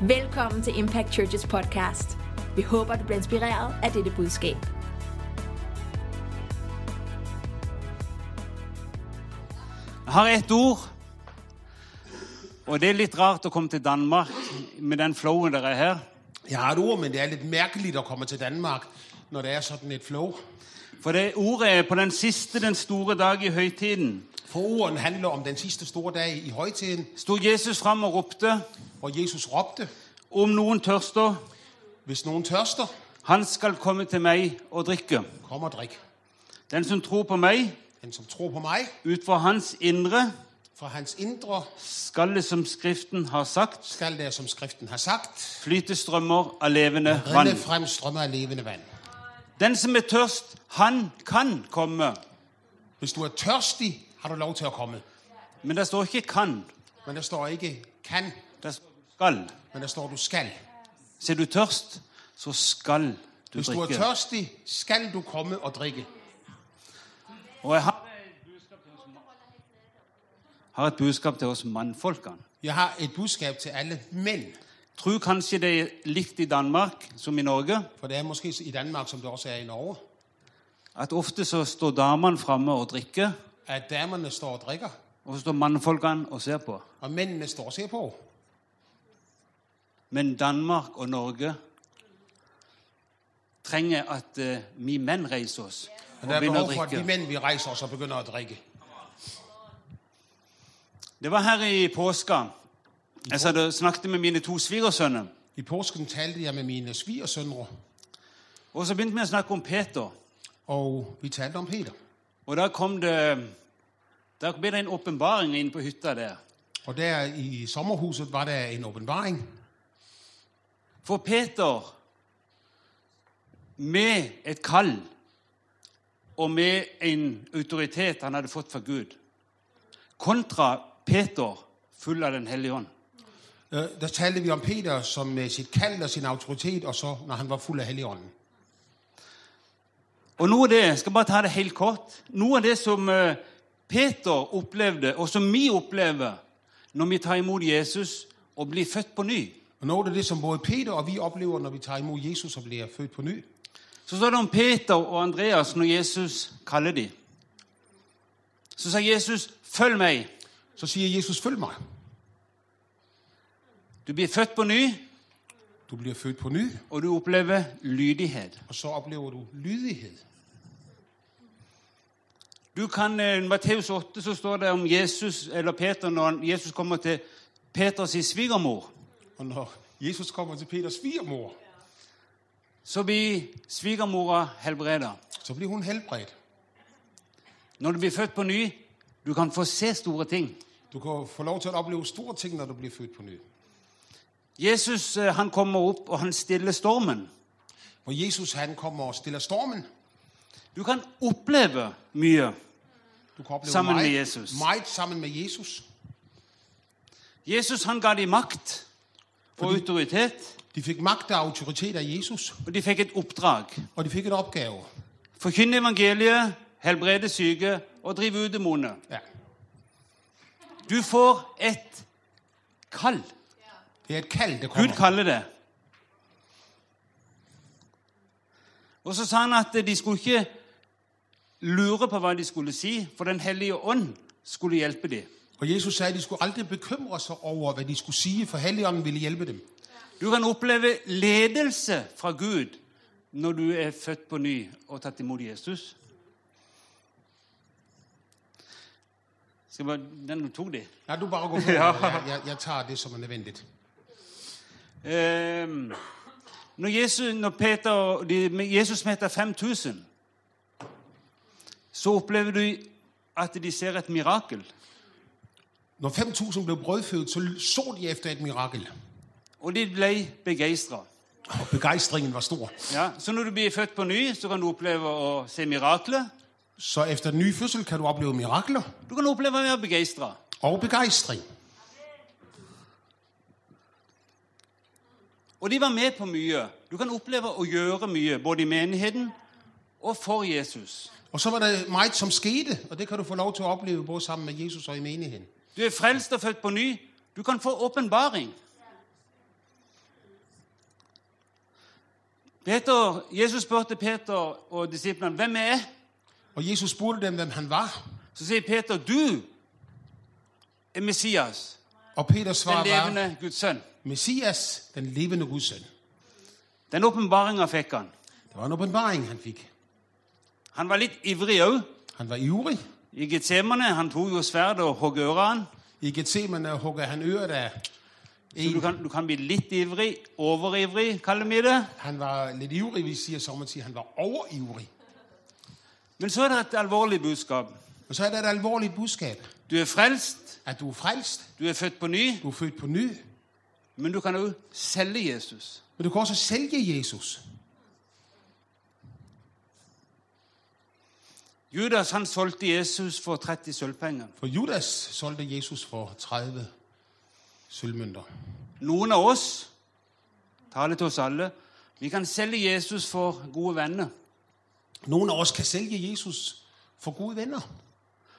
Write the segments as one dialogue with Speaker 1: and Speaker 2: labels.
Speaker 1: Velkommen til Impact Churches podcast. Vi håper, du bliver inspireret af dette budskab.
Speaker 2: Jeg har ett ord. Og det er litt rart å komme til Danmark med den flowen der er her.
Speaker 3: Jeg har et ord, men det er lidt mærkeligt at komme til Danmark, når der er sådan et flow.
Speaker 2: For det ordet er på den siste, den store dag i høytiden.
Speaker 3: For ordene handler om den sidste store dag i højtiden,
Speaker 2: Sto Jesus fram og ropte,
Speaker 3: hvor Jesus råbte,
Speaker 2: om noen tørster,
Speaker 3: hvis nogen tørster,
Speaker 2: han skal komme til meg og drikke.
Speaker 3: kom og drik.
Speaker 2: Den som tror på meg,
Speaker 3: Den som tror på mig,
Speaker 2: ut fra hans indre,
Speaker 3: fra hans indre,
Speaker 2: skal det som Skriften har sagt,
Speaker 3: skal der, som skriften har sagt,
Speaker 2: flyte strømmer av levende vann.
Speaker 3: rinde frem strømme af levende vand.
Speaker 2: Den som er tørst, han kan komme.
Speaker 3: Hvis du er tørstig, har du lov til at komme.
Speaker 2: Men det står ikke 'kan'.
Speaker 3: Men der står ikke kan,
Speaker 2: Det står 'skal'.
Speaker 3: men der står du skal.
Speaker 2: Så er du tørst, så skal du
Speaker 3: Hvis du er
Speaker 2: drikke.
Speaker 3: tørstig, skal du komme og drikke.
Speaker 2: Og jeg har, har et budskap til oss mannfolkene.
Speaker 3: Jeg har et budskab til alle mænd,
Speaker 2: Tror kanskje det er likt i Danmark som i Norge,
Speaker 3: for det er måske i Danmark, som det også er i Norge,
Speaker 2: at ofte så står damene framme og drikker,
Speaker 3: at damerne står og drikker,
Speaker 2: og så står mannfolkene og ser på.
Speaker 3: og mændene står og ser på.
Speaker 2: Men Danmark og Norge trenger at eh, vi menn reiser oss og
Speaker 3: Men der er
Speaker 2: begynner å
Speaker 3: behov for, at vi
Speaker 2: drikke.
Speaker 3: mænd, vi rejser os og begynder at drikke.
Speaker 2: Det var her i påska. Jeg satt og snakket med mine to svigersønner.
Speaker 3: I påsken talte jeg med mine svigersønner,
Speaker 2: Og så begynte vi å snakke om Peter.
Speaker 3: og vi talte om Peter.
Speaker 2: Og da kom det Da ble det en åpenbaring inn på hytta der.
Speaker 3: Og der i sommerhuset var der en åbenbaring.
Speaker 2: For Peter, med et kall og med en autoritet han hadde fått fra Gud, kontra Peter full av Den hellige ånd.
Speaker 3: Øh, Der talte vi om Peter, som med sit kald og sin autoritet, og så når han var fuld af helligånden.
Speaker 2: Og noe av det, jeg skal bare ta det helt kort, noe av det som eh, Peter opplevde, og som vi opplever når vi tar imot Jesus og blir født på ny,
Speaker 3: Og noget af det, som både Peter og vi oplever, når vi tager imod Jesus og bliver født på ny,
Speaker 2: Så står det om Peter og Andreas når Jesus kaller dem. Så sa Jesus, 'Følg meg'.
Speaker 3: så siger Jesus, følg mig.
Speaker 2: Du blir født på ny,
Speaker 3: Du bliver født på ny,
Speaker 2: og du opplever lydighet.
Speaker 3: og så oplever du lydighed.
Speaker 2: Du kan, eh, I Matteus 8 så står det om Jesus eller Peter når han- Jesus kommer til Peters svigermor.
Speaker 3: Og når Jesus kommer til Peters svigermor,
Speaker 2: Så blir svigermora helbreda.
Speaker 3: så bliver hun helbredt.
Speaker 2: Når du blir født på ny, du kan få se store ting.
Speaker 3: Du kan få lov til at opleve store ting, når du bliver født på ny.
Speaker 2: Jesus eh, han kommer opp, og han stiller stormen.
Speaker 3: Hvor Jesus han kommer og stiller stormen.
Speaker 2: Du kan oppleve mye.
Speaker 3: Du kan opleve
Speaker 2: Sammen med
Speaker 3: meget,
Speaker 2: Jesus.
Speaker 3: meget sammen med Jesus.
Speaker 2: Jesus han ga dem makt og autoritet.
Speaker 3: De fik magt og autoritet af Jesus,
Speaker 2: Og de fikk et oppdrag.
Speaker 3: og de fik en opgave.
Speaker 2: Forkynne evangeliet, helbrede syke og drive ut demoner.
Speaker 3: Ja.
Speaker 2: Du får et kall.
Speaker 3: Det er et kald, der kommer.
Speaker 2: Gud kaller det. Og så sa han at de skulle ikke lure på hva de skulle si, for Den hellige ånd skulle hjelpe dem.
Speaker 3: Og Jesus sagde, at de skulle aldrig bekymre sig over, hvad de skulle sige, for Helligånden ville hjælpe dem.
Speaker 2: Du kan oppleve ledelse fra Gud når du er født på ny og tatt imot Jesus. Skal jeg bare, den tok de.
Speaker 3: Nej, du bare gå på. jeg, jeg, jeg tager det, som er nødvendigt.
Speaker 2: Eh, når Jesus, når Peter, og de, med Jesus meter 5000, så opplever du at de ser et mirakel.
Speaker 3: Når 5.000 blev brødfødt, så så de efter et mirakel.
Speaker 2: Og de ble begeistra.
Speaker 3: Og begejstringen var stor.
Speaker 2: Ja, så når du blir født på ny, så kan du oppleve å se mirakler.
Speaker 3: Så efter den nye fødsel kan du opleve mirakler
Speaker 2: Du kan oppleve å være begeistra.
Speaker 3: og begejstring.
Speaker 2: Og de var med på mye. Du kan oppleve å gjøre mye, både i menigheten og for Jesus.
Speaker 3: Og så var der meget, som skete, og det kan du få lov til at opleve både sammen med Jesus og i menigheden.
Speaker 2: Du er frelst og født på ny. Du kan få åpenbaring. Peter, Jesus spurte Peter og disiplene hvem jeg er.
Speaker 3: Og Jesus spurgte dem, hvem han var.
Speaker 2: Så sier Peter, du er Messias,
Speaker 3: Og Peter
Speaker 2: den
Speaker 3: svarer var,
Speaker 2: levende Guds sønn.
Speaker 3: Messias, den levende Guds søn.
Speaker 2: Den åpenbaringa fikk han.
Speaker 3: Det var en åpenbaring han fikk.
Speaker 2: Han var litt ivrig òg.
Speaker 3: Han var ivrig.
Speaker 2: I Getsemane, han tok jo sverdet og hogg ørene.
Speaker 3: I Gethsemane hugger han øret af
Speaker 2: Så du
Speaker 3: en.
Speaker 2: kan, du kan bli litt ivrig. Overivrig, kaller vi det.
Speaker 3: Han var lidt ivrig, vi siger, så man siger, han var overivrig.
Speaker 2: Men så er det et alvorlig budskap.
Speaker 3: Og så er der et alvorligt budskab,
Speaker 2: Du er frelst,
Speaker 3: at du er frelst,
Speaker 2: du er født på ny,
Speaker 3: du er født på ny,
Speaker 2: men du kan òg selge Jesus.
Speaker 3: men du kan også sælge Jesus.
Speaker 2: Judas han solgte Jesus for 30 sølvpenger.
Speaker 3: For Judas solgte Jesus for 30 sølvmønter.
Speaker 2: Noen av oss, tale til oss alle, vi kan selge Jesus for gode venner.
Speaker 3: Nogle af os kan sælge Jesus for gode venner.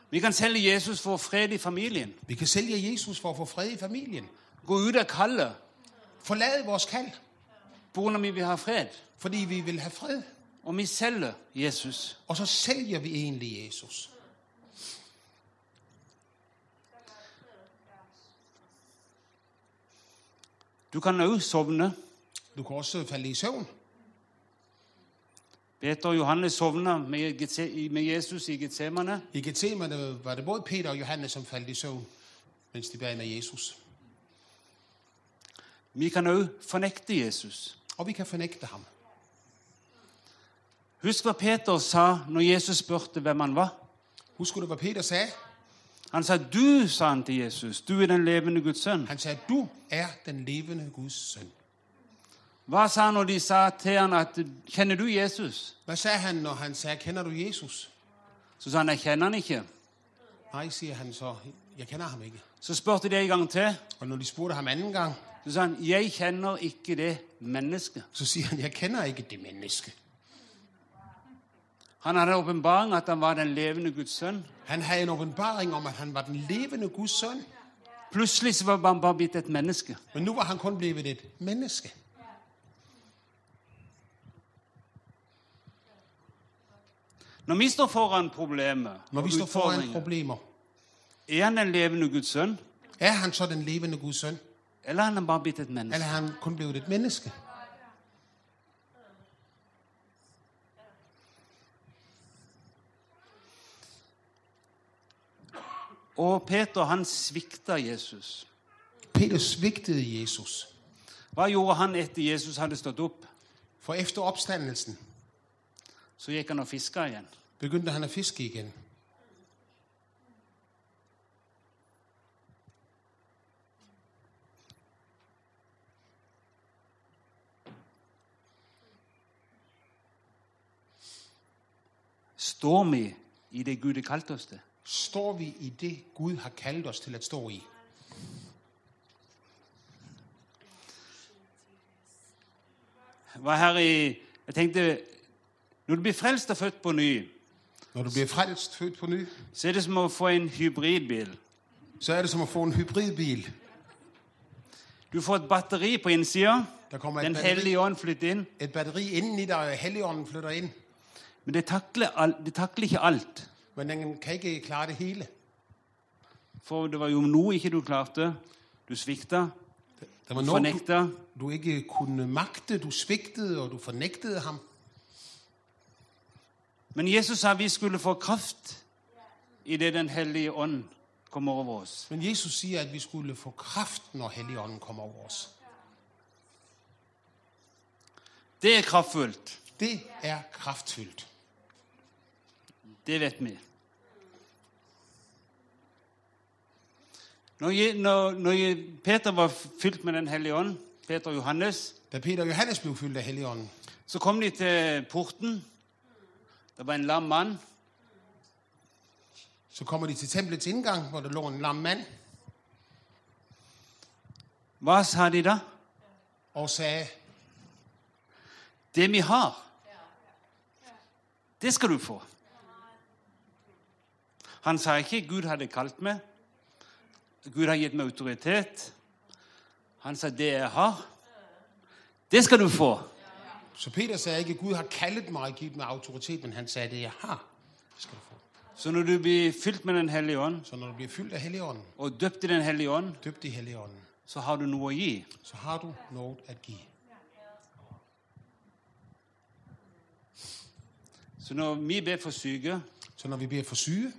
Speaker 2: Vi kan selge Jesus for fred i familien.
Speaker 3: Vi kan sælge Jesus for at få fred i familien.
Speaker 2: Gå ut av kallet
Speaker 3: Forlade vores kald,
Speaker 2: pga. vi vil ha fred.
Speaker 3: fordi vi vil have fred.
Speaker 2: Og vi selger Jesus.
Speaker 3: Og så sælger vi egentlig Jesus.
Speaker 2: Du kan òg sovne.
Speaker 3: Du kan også falde i søvn.
Speaker 2: Peter og Johannes sovna med Getse- med Jesus i Getsemane.
Speaker 3: I Gethsemane var det både Peter og Johannes, som faldt i søvn, mens de bærer med Jesus.
Speaker 2: Vi kan òg fornekte Jesus.
Speaker 3: Og vi kan fornægte ham.
Speaker 2: Husk hva Peter sa når Jesus spurte hvem han var.
Speaker 3: Husk du, hvad Peter sagde?
Speaker 2: Han sa, 'Du', sa han til Jesus, 'du er den levende Guds sønn'.
Speaker 3: Han sagde, du er den levende Guds søn.
Speaker 2: Hva sa han når de sa til han at 'Kjenner du Jesus?'
Speaker 3: Hvad sagde han, når han sagde, kender du Jesus?
Speaker 2: Så sa han, 'Jeg kjenner han ikke'.
Speaker 3: Nej, siger han så, jeg kender ham ikke.
Speaker 2: Så spurte de en gang til.
Speaker 3: Og når de spurgte ham anden gang,
Speaker 2: Så sa han, 'Jeg kjenner ikke det mennesket'.
Speaker 3: så siger han, jeg kender ikke det menneske.
Speaker 2: Han hadde en åpenbaring at han var den levende Guds sønn.
Speaker 3: Han havde en åbenbaring om, at han var den levende Guds søn,
Speaker 2: Plutselig så var han bare blitt et menneske.
Speaker 3: men nu var han kun blevet et menneske.
Speaker 2: Når vi står foran problemer
Speaker 3: Når vi
Speaker 2: og
Speaker 3: står foran
Speaker 2: utfordringer,
Speaker 3: problemer,
Speaker 2: er han den levende Guds sønn,
Speaker 3: er han så den levende Guds søn?
Speaker 2: eller er han bare blitt et menneske?
Speaker 3: Eller er han kun blevet et menneske?
Speaker 2: Og Peter, han svikta Jesus.
Speaker 3: Peter svigtede Jesus.
Speaker 2: Hva gjorde han etter Jesus hadde stått opp?
Speaker 3: For efter opstandelsen
Speaker 2: Så gikk han og fiska igjen.
Speaker 3: begyndte han at fiske igen.
Speaker 2: Står vi i det Gud har kalt oss til?
Speaker 3: Står vi i det, Gud har kaldt os til at stå i?
Speaker 2: Jeg Var her i, jeg tenkte, Når du blir frelst og født på ny,
Speaker 3: Når du bliver frelst født på ny,
Speaker 2: så er det som å få en hybridbil.
Speaker 3: så er det som at få en hybridbil.
Speaker 2: Du får et batteri på innsida.
Speaker 3: Der kommer et
Speaker 2: Den
Speaker 3: batteri.
Speaker 2: hellige ånd flytter inn.
Speaker 3: Et batteri indeni, der Helligånden flytter ind,
Speaker 2: Men det takler, al- det takler ikke alt.
Speaker 3: men den kan ikke klare det hele.
Speaker 2: For det var jo noe ikke du klarte. Du svikta,
Speaker 3: Der var noget, du,
Speaker 2: fornekta.
Speaker 3: du ikke kunne magte, du svigtede, og du fornægtede ham.
Speaker 2: Men Jesus sa vi skulle få kraft idet Den hellige ånd kommer over oss.
Speaker 3: Men Jesus siger, at vi skulle få kraft, når Helligånden kommer over os.
Speaker 2: Det er kraftfullt.
Speaker 3: Det er kraftfyldt.
Speaker 2: Det vet vi. Når, Je- når, når Je- Peter var fylt med Den hellige ånd, Peter og Johannes,
Speaker 3: Da Peter og Johannes blev fyldt af Helligånden,
Speaker 2: så kom de til porten. Det var en lam mann.
Speaker 3: så kommer de til templets indgang, hvor der lå en lam mand,
Speaker 2: Hva sa de da?
Speaker 3: og sagde,
Speaker 2: Det vi har, det skal du få. Han sa ikke 'Gud hadde kalt meg'. 'Gud har gitt meg autoritet'. Han sa 'det jeg har, det skal du få'.
Speaker 3: Så Peter sagde ikke, Gud har kaldet mig og givet mig autoritet, men han sagde, det jeg har, det skal du få.
Speaker 2: Så når du blir fylt med Den hellige ånd,
Speaker 3: Så når du bliver fyldt af Helligånden,
Speaker 2: og døpt i Den hellige ånd,
Speaker 3: døbt i Helligånden,
Speaker 2: så har du noe å gi.
Speaker 3: så har du noget at give.
Speaker 2: Så når vi ber for syke,
Speaker 3: Så når vi bliver for syge,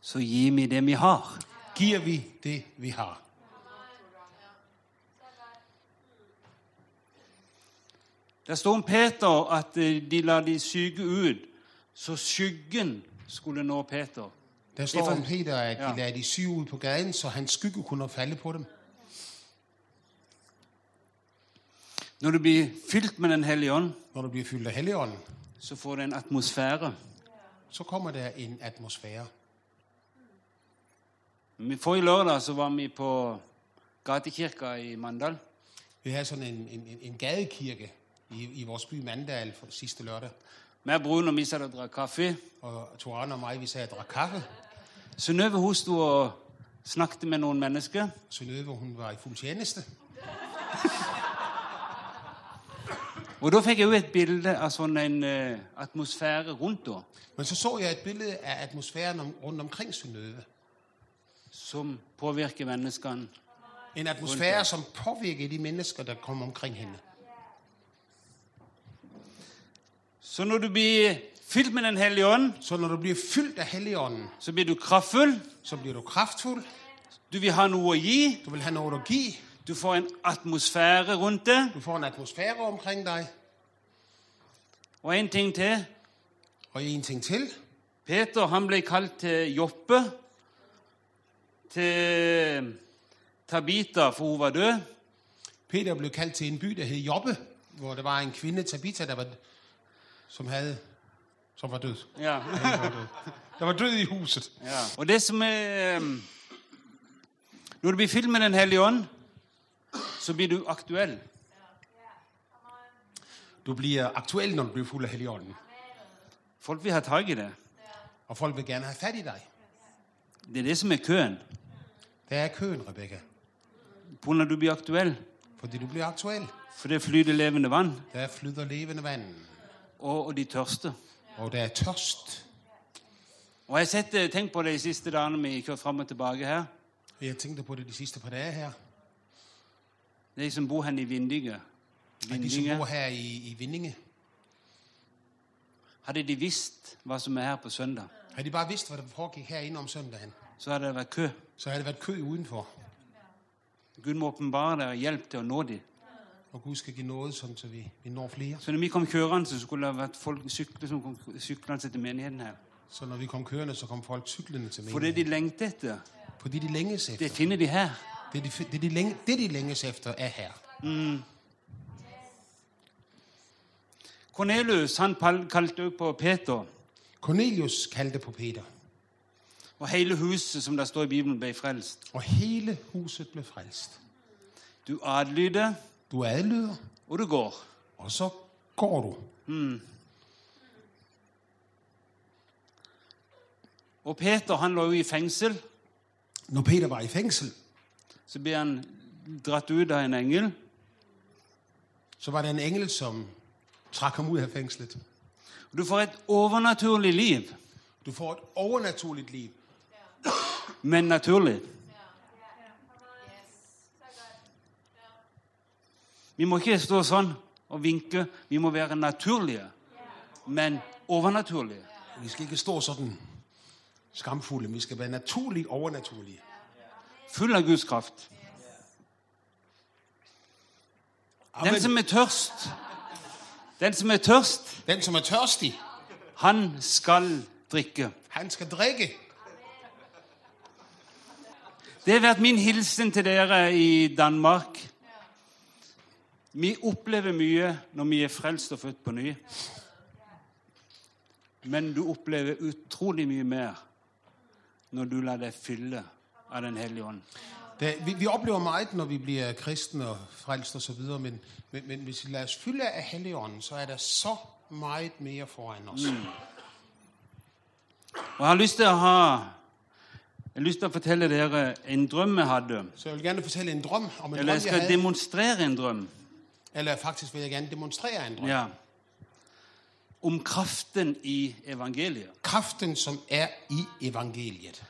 Speaker 2: så gir vi det vi har.
Speaker 3: giver vi det, vi har.
Speaker 2: Der står om Peter at eh, de la de syke ut, så skyggen skulle nå Peter.
Speaker 3: Der står
Speaker 2: for-
Speaker 3: om Peter, at de
Speaker 2: Ja.
Speaker 3: lader de syge ud på gaden, så hans skygge kunne falde på dem.
Speaker 2: Når du blir fylt med Den hellige ånd,
Speaker 3: Når du bliver fyldt af Helligånden,
Speaker 2: så får du en atmosfære.
Speaker 3: så kommer der en atmosfære.
Speaker 2: Vi- Forrige lørdag så var vi på gatekirka i Mandal.
Speaker 3: Vi havde sådan en, en, en- en gadekirke i, i vores by Mandal for, sidste lørdag.
Speaker 2: Vi og Bruno vi satt og drakk kaffe.
Speaker 3: Og Toran og mig, vi sad og drak kaffe.
Speaker 2: Synnøve hun sto og snakket med noen mennesker.
Speaker 3: Synøve, hun var i fuld tjeneste.
Speaker 2: Og da fikk jeg jo et bilde av sånn en eh, atmosfære rundt henne
Speaker 3: Men så så jeg et billede af atmosfæren om, rundt omkring Synøve.
Speaker 2: som påvirker menneskene.
Speaker 3: En atmosfære, som påvirker de mennesker, der kommer omkring hende.
Speaker 2: Så når du blir fylt med Den hellige ånd,
Speaker 3: Så når du bliver fyldt af Helligånden,
Speaker 2: så blir du kraftfull.
Speaker 3: så bliver du kraftfuld.
Speaker 2: Du vil ha noe å gi.
Speaker 3: Du vil have noget at give.
Speaker 2: Du får en atmosfære rundt det.
Speaker 3: Du får en atmosfære omkring dig.
Speaker 2: Og en ting til.
Speaker 3: Og en ting til.
Speaker 2: Peter han ble kalt til Joppe, til Tabita, for hun var død.
Speaker 3: Peter blev kaldt til en by, der hed Jobbe, hvor der var en kvinde, Tabitha, der var, som, havde, som var død.
Speaker 2: Ja.
Speaker 3: Der var død i huset.
Speaker 2: ja. Og det som er eh, Når du blir fylt med Den hellige ånd, så blir du aktuell.
Speaker 3: Du bliver aktuel, når du bliver fuld af Helligånden.
Speaker 2: Folk vil ha tak i det.
Speaker 3: Og folk vil gerne have fat i dig.
Speaker 2: Det er det som er køen.
Speaker 3: Der er køen, Rebecca.
Speaker 2: Pga. du blir aktuell.
Speaker 3: Fordi du bliver aktuel.
Speaker 2: For det flyter levende vann,
Speaker 3: Der flyder levende vand.
Speaker 2: og, og de tørste.
Speaker 3: Og der er tørst.
Speaker 2: Og jeg har sett, eh, tenkt på det de siste dagene vi kjørt fram og tilbake her.
Speaker 3: Og Jeg tænkte på det de sidste par dage her.
Speaker 2: De som bor hen i Vindige.
Speaker 3: Men de som
Speaker 2: Vindige.
Speaker 3: bor her i, i Vindinge,
Speaker 2: Hadde de visst hva som er her på søndag,
Speaker 3: havde de bare vidst, hvad der foregik herinde om søndagen,
Speaker 2: så hadde det vært kø.
Speaker 3: så havde der været kø udenfor.
Speaker 2: Gud må åpenbare deg og hjelpe til å nå dem.
Speaker 3: Og Gud skal give noget, sådan, så vi, vi når flere.
Speaker 2: Så når vi kom kjørende, så skulle det ha vært folk sykler som kom syklende til menigheten her.
Speaker 3: Så når vi kom kørende, så kom folk cyklende til
Speaker 2: For det
Speaker 3: menigheden.
Speaker 2: de lengter etter,
Speaker 3: Fordi de længes efter.
Speaker 2: det
Speaker 3: Det,
Speaker 2: finner de her.
Speaker 3: det, de, det, de længe, det, de længes efter, er her.
Speaker 2: Kornelius han pal- kalte også på Peter,
Speaker 3: Cornelius kaldte på Peter,
Speaker 2: og hele huset som det står i Bibelen, ble frelst.
Speaker 3: og hele huset blev frelst.
Speaker 2: Du adlyder,
Speaker 3: Du adlyder,
Speaker 2: og du går.
Speaker 3: og så går du.
Speaker 2: Og Peter han lå jo i fengsel,
Speaker 3: Når Peter var i fængsel,
Speaker 2: så ble han dratt ut av en engel.
Speaker 3: så var der en engel, som trak ham ud af fængslet.
Speaker 2: Du får et overnaturlig liv,
Speaker 3: Du får et overnaturligt liv,
Speaker 2: men naturlig. Vi må ikke stå sånn og vinke. Vi må være naturlige, men overnaturlige.
Speaker 3: Vi skal ikke stå sådan skamfulde. Vi skal være naturligt overnaturlige.
Speaker 2: Full av Guds kraft. Den
Speaker 3: Amen.
Speaker 2: som er tørst, den som er tørst,
Speaker 3: Den, som er tørstig,
Speaker 2: han skal drikke.
Speaker 3: han skal drikke.
Speaker 2: Det har vært min hilsen til dere i Danmark. Vi opplever mye når vi er frelst og født på ny. Men du opplever utrolig mye mer når du lar deg fylle av Den hellige ånd.
Speaker 3: Da, vi, vi oplever meget, når vi bliver kristne og frelst og så videre, men, men, men hvis vi lader os fylde af Helligånden, så er der så meget mere foran os. Mm.
Speaker 2: Og jeg har lyst til å ha jeg har lyst til å fortelle dere en drøm jeg hadde.
Speaker 3: Så jeg vil gerne fortælle en drøm om en
Speaker 2: Eller
Speaker 3: drøm,
Speaker 2: jeg
Speaker 3: jeg
Speaker 2: skal
Speaker 3: havde.
Speaker 2: demonstrere en drøm.
Speaker 3: Eller faktisk vil jeg gerne demonstrere en drøm.
Speaker 2: Ja. om kraften i evangeliet.
Speaker 3: Kraften, som er i evangeliet.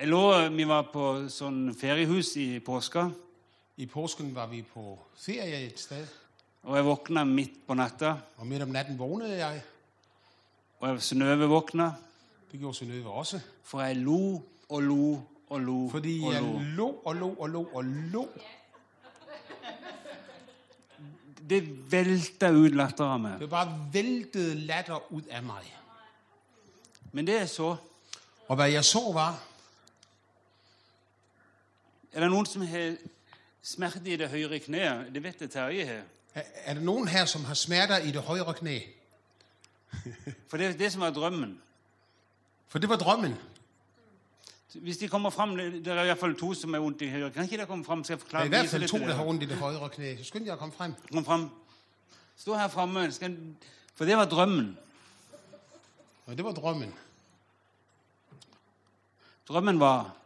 Speaker 2: Jeg lå, Vi var på sånn feriehus i påska,
Speaker 3: I påsken var vi på ferie et sted,
Speaker 2: og jeg våkna midt på natta.
Speaker 3: og midt om natten vågnede jeg.
Speaker 2: Og jeg- Synnøve våkna,
Speaker 3: Det gjorde Synnøve også.
Speaker 2: for jeg lo og lo og lo
Speaker 3: Fordi
Speaker 2: og
Speaker 3: jeg
Speaker 2: lo.
Speaker 3: lå og lå og lå og lå.
Speaker 2: Det velta ut latter av meg.
Speaker 3: Det bare veltede latter ut av meg.
Speaker 2: Men det jeg så
Speaker 3: Og hva jeg så, var
Speaker 2: Er det noen som har smerte i det høyre kneet? Det vet jeg Terje har.
Speaker 3: Er er det noen her som har smerter i det høyre kne?
Speaker 2: For det er det som var drømmen.
Speaker 3: For det var drømmen.
Speaker 2: Hvis de kommer frem, Det det er i hvert fall to som har vondt i høyre. Kan ikke de komme frem? Skal jeg
Speaker 3: Det
Speaker 2: forklare
Speaker 3: er øh, i hvert
Speaker 2: vise
Speaker 3: fall
Speaker 2: det
Speaker 3: to
Speaker 2: til dere?
Speaker 3: der har vondt i det høyre kne. Så skynd deg å komme frem.
Speaker 2: Kom frem. Stå her framme. Skal- For det var drømmen.
Speaker 3: Og det var drømmen.
Speaker 2: Drømmen var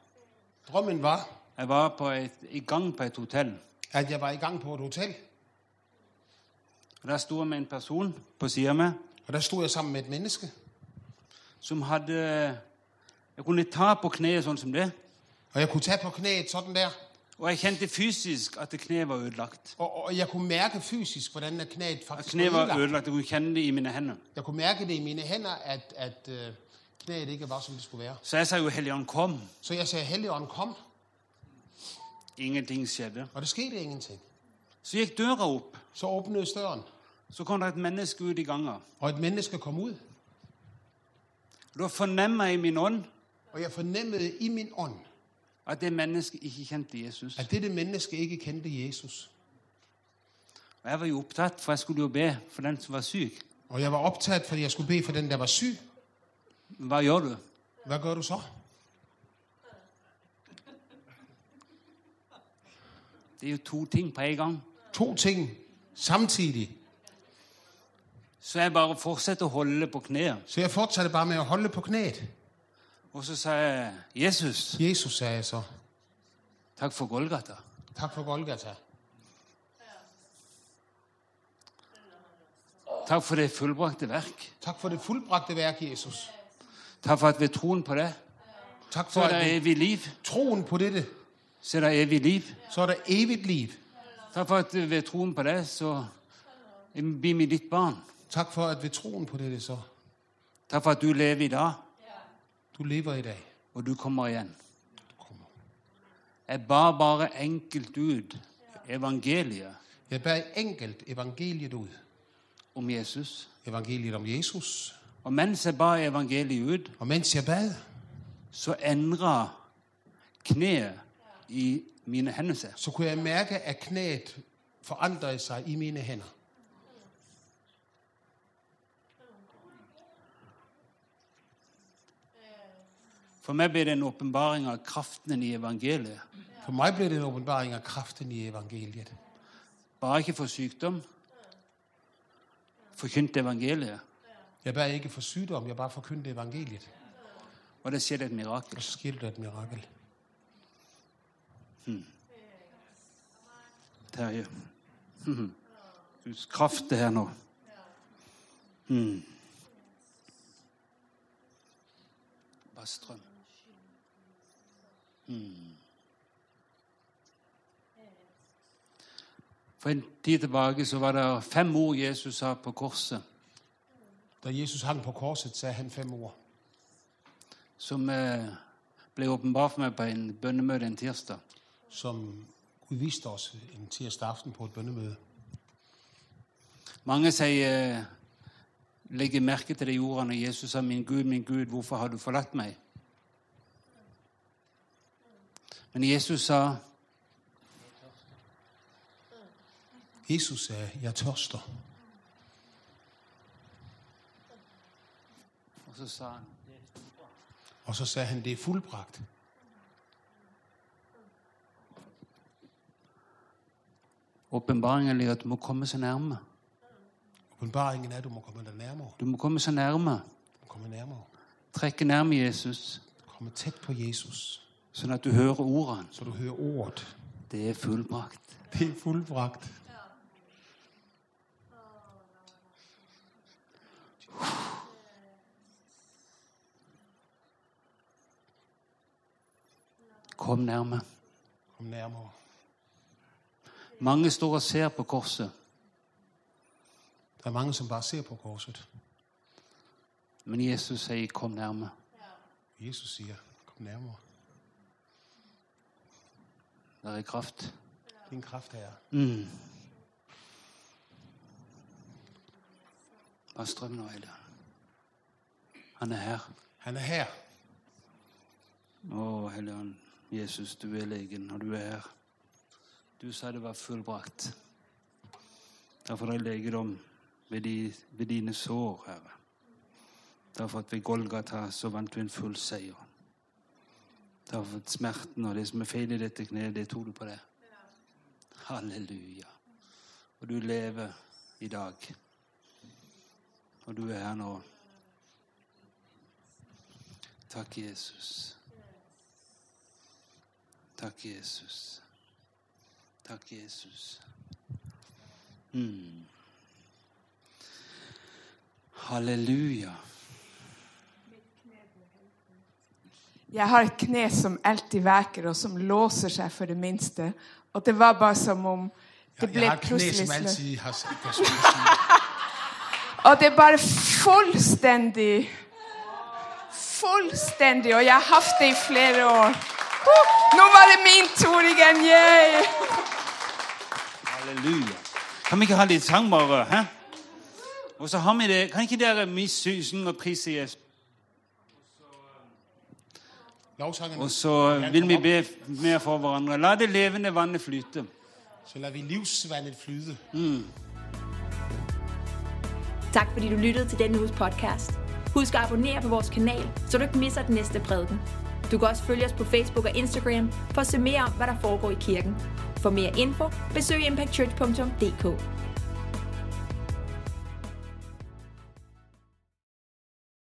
Speaker 3: Drømmen var
Speaker 2: jeg var på et, i gang på et hotell.
Speaker 3: at jeg var i gang på et hotell.
Speaker 2: Og Der sto jeg med en person på sida av meg
Speaker 3: Og der stod jeg sammen med et menneske.
Speaker 2: som hadde Jeg kunne ta på kneet sånn som det.
Speaker 3: Og jeg kunne ta på kneet sånn der.
Speaker 2: Og jeg kjente fysisk at kneet var ødelagt.
Speaker 3: Og, og jeg kunne merke fysisk hvordan at kneet
Speaker 2: At
Speaker 3: faktisk
Speaker 2: kneet var
Speaker 3: ødelagt.
Speaker 2: ødelagt. Jeg kunne kjenne det i mine hender.
Speaker 3: Jeg kunne merke det i mine hænder, at, at øh, kneet ikke var, som det skulle være.
Speaker 2: Så jeg sa jo 'Helligånd, kom'.
Speaker 3: Så jeg sagde, Helligånden kom,
Speaker 2: Ingenting skjedde.
Speaker 3: og det skete ingenting.
Speaker 2: Så gikk døra opp.
Speaker 3: Så åbnedes døren,
Speaker 2: Så kom det et menneske ut i ganga.
Speaker 3: og et menneske kom ud.
Speaker 2: Da fornemma jeg i min ånd
Speaker 3: Og jeg fornemmede i min ånd,
Speaker 2: at det mennesket ikke kjente Jesus.
Speaker 3: at dette menneske ikke kendte Jesus.
Speaker 2: Og jeg var jo opptatt, for jeg skulle jo be for den som var syk.
Speaker 3: Og jeg var optaget, fordi jeg skulle bede for den, der var syg.
Speaker 2: Hva gjør du?
Speaker 3: Hvad gør du så?
Speaker 2: Det er jo to ting på en gang.
Speaker 3: To ting samtidig.
Speaker 2: Så jeg bare fortsetter å holde på kneet.
Speaker 3: Så jeg fortsatte bare med at holde på knæet.
Speaker 2: Og så sa jeg, 'Jesus,
Speaker 3: Jesus, sagde jeg så.
Speaker 2: takk for Golgata'.
Speaker 3: Tak for Golgata.
Speaker 2: Takk for det fullbrakte verk.
Speaker 3: Tak for det fuldbragte værk, Jesus.
Speaker 2: Takk for at ved troen på det,
Speaker 3: Tak
Speaker 2: så
Speaker 3: for
Speaker 2: er det
Speaker 3: at
Speaker 2: evig liv.
Speaker 3: troen på dette,
Speaker 2: Så er det evig liv.
Speaker 3: så er der evigt liv.
Speaker 2: Takk for at ved troen på det, så blir vi ditt barn.
Speaker 3: Tak for, at ved troen på dette, så
Speaker 2: Takk for at du lever i dag,
Speaker 3: du lever i dag.
Speaker 2: og du kommer igjen.
Speaker 3: Du kommer.
Speaker 2: Jeg ba bare enkelt ut evangeliet
Speaker 3: Jeg bærer enkelt evangeliet ud.
Speaker 2: om Jesus.
Speaker 3: Evangeliet om Jesus.
Speaker 2: Og mens jeg ba evangeliet ut,
Speaker 3: Og mens jeg bad,
Speaker 2: så endra kneet i mine hender seg.
Speaker 3: så kunne jeg mærke, at knæet forandrede sig i mine hænder.
Speaker 2: For meg ble det en åpenbaring av kraften i evangeliet.
Speaker 3: For mig blev det en åbenbaring af kraften i evangeliet.
Speaker 2: Bare ikke for sykdom. Forkynt evangeliet.
Speaker 3: Jeg bad ikke for sygdom, jeg bare forkyndte evangeliet.
Speaker 2: Og det skjedde et mirakel.
Speaker 3: Og så skete der et mirakel.
Speaker 2: Terje. Mhm. Guds kraft det her nå. Mhm. Bare strøm. Mhm. For en tid tilbake så var det fem ord Jesus sa på korset,
Speaker 3: Da Jesus hang på korset, sagde han fem ord,
Speaker 2: som eh, ble åpenbart for meg på en bønnemøte en tirsdag.
Speaker 3: som Gud viste os en tirsdag aften på et bønnemøde.
Speaker 2: Mange sier, legger merke til de ordene Jesus sa, 'Min Gud, min Gud, hvorfor har du forlatt meg?' Men Jesus sa,
Speaker 3: Jesus sagde, jeg tørster.
Speaker 2: og så sa han
Speaker 3: Og så sagde han, det er fuldbragt.
Speaker 2: Åpenbaringen ligger at du må komme så nærme.
Speaker 3: Åbenbaringen er, at du må komme dig nærmere.
Speaker 2: Du må komme så nærme.
Speaker 3: Du må komme nærmere.
Speaker 2: Trekke nærme Jesus,
Speaker 3: Komme tæt på Jesus,
Speaker 2: sånn at du hører ordene.
Speaker 3: så du hører ordet.
Speaker 2: Det er fullbrakt.
Speaker 3: Det er fuldbragt.
Speaker 2: Kom nærme.
Speaker 3: Kom nærmere.
Speaker 2: Mange står og ser på korset,
Speaker 3: Der er mange, som bare ser på korset.
Speaker 2: men Jesus sier, 'Kom nærme'.
Speaker 3: Jesus siger, kom nærmere.
Speaker 2: Der er kraft.
Speaker 3: Din kraft er
Speaker 2: Mm. Bare strøm nå, Helligånd. Han er her.
Speaker 3: Han er her.
Speaker 2: Å, Helligånd, Jesus, du er legen, og du er her. Du sa det var fullbrakt. Derfor er det legedom ved, de, ved dine sår, Herre. Derfor at ved Golgata så vant du en full seier. Derfor at smerten og det som er feil i dette kneet, det tok du på deg. Halleluja. Og du lever i dag. Og du er her nå. Takk, Jesus. Takk, Jesus. Takk, Jesus. Mm. Halleluja.
Speaker 4: Jeg har et kne som alltid veker, og som låser seg for det minste. Og det var bare som om
Speaker 3: Jeg,
Speaker 4: det
Speaker 3: jeg
Speaker 4: ble
Speaker 3: har et knæ,
Speaker 4: plutselig
Speaker 3: som
Speaker 4: slø.
Speaker 3: altid har har skulle
Speaker 4: Og det er bare fullstendig Fullstendig. Og jeg har hatt det i flere år. Huh, Nå var det min tur igjen! Yay!
Speaker 2: Halleluja. Kan vi ikke ha litt sang, bare? Hæ? Og så har vi det Kan ikke dere misusen og prise Jesus?
Speaker 3: Lovsangerne.
Speaker 2: Og så vil vi be mer for hverandre. La det levende vannet flyte.
Speaker 3: Så lader vi livsvandet flyde.
Speaker 1: Tak fordi du lyttede til denne uges podcast. Husk at abonnere på vores kanal, så du ikke misser den næste prædiken. Du kan også følge os på Facebook og Instagram for at se mere om, hvad der foregår i kirken. For mere info, besøg impactchurch.dk.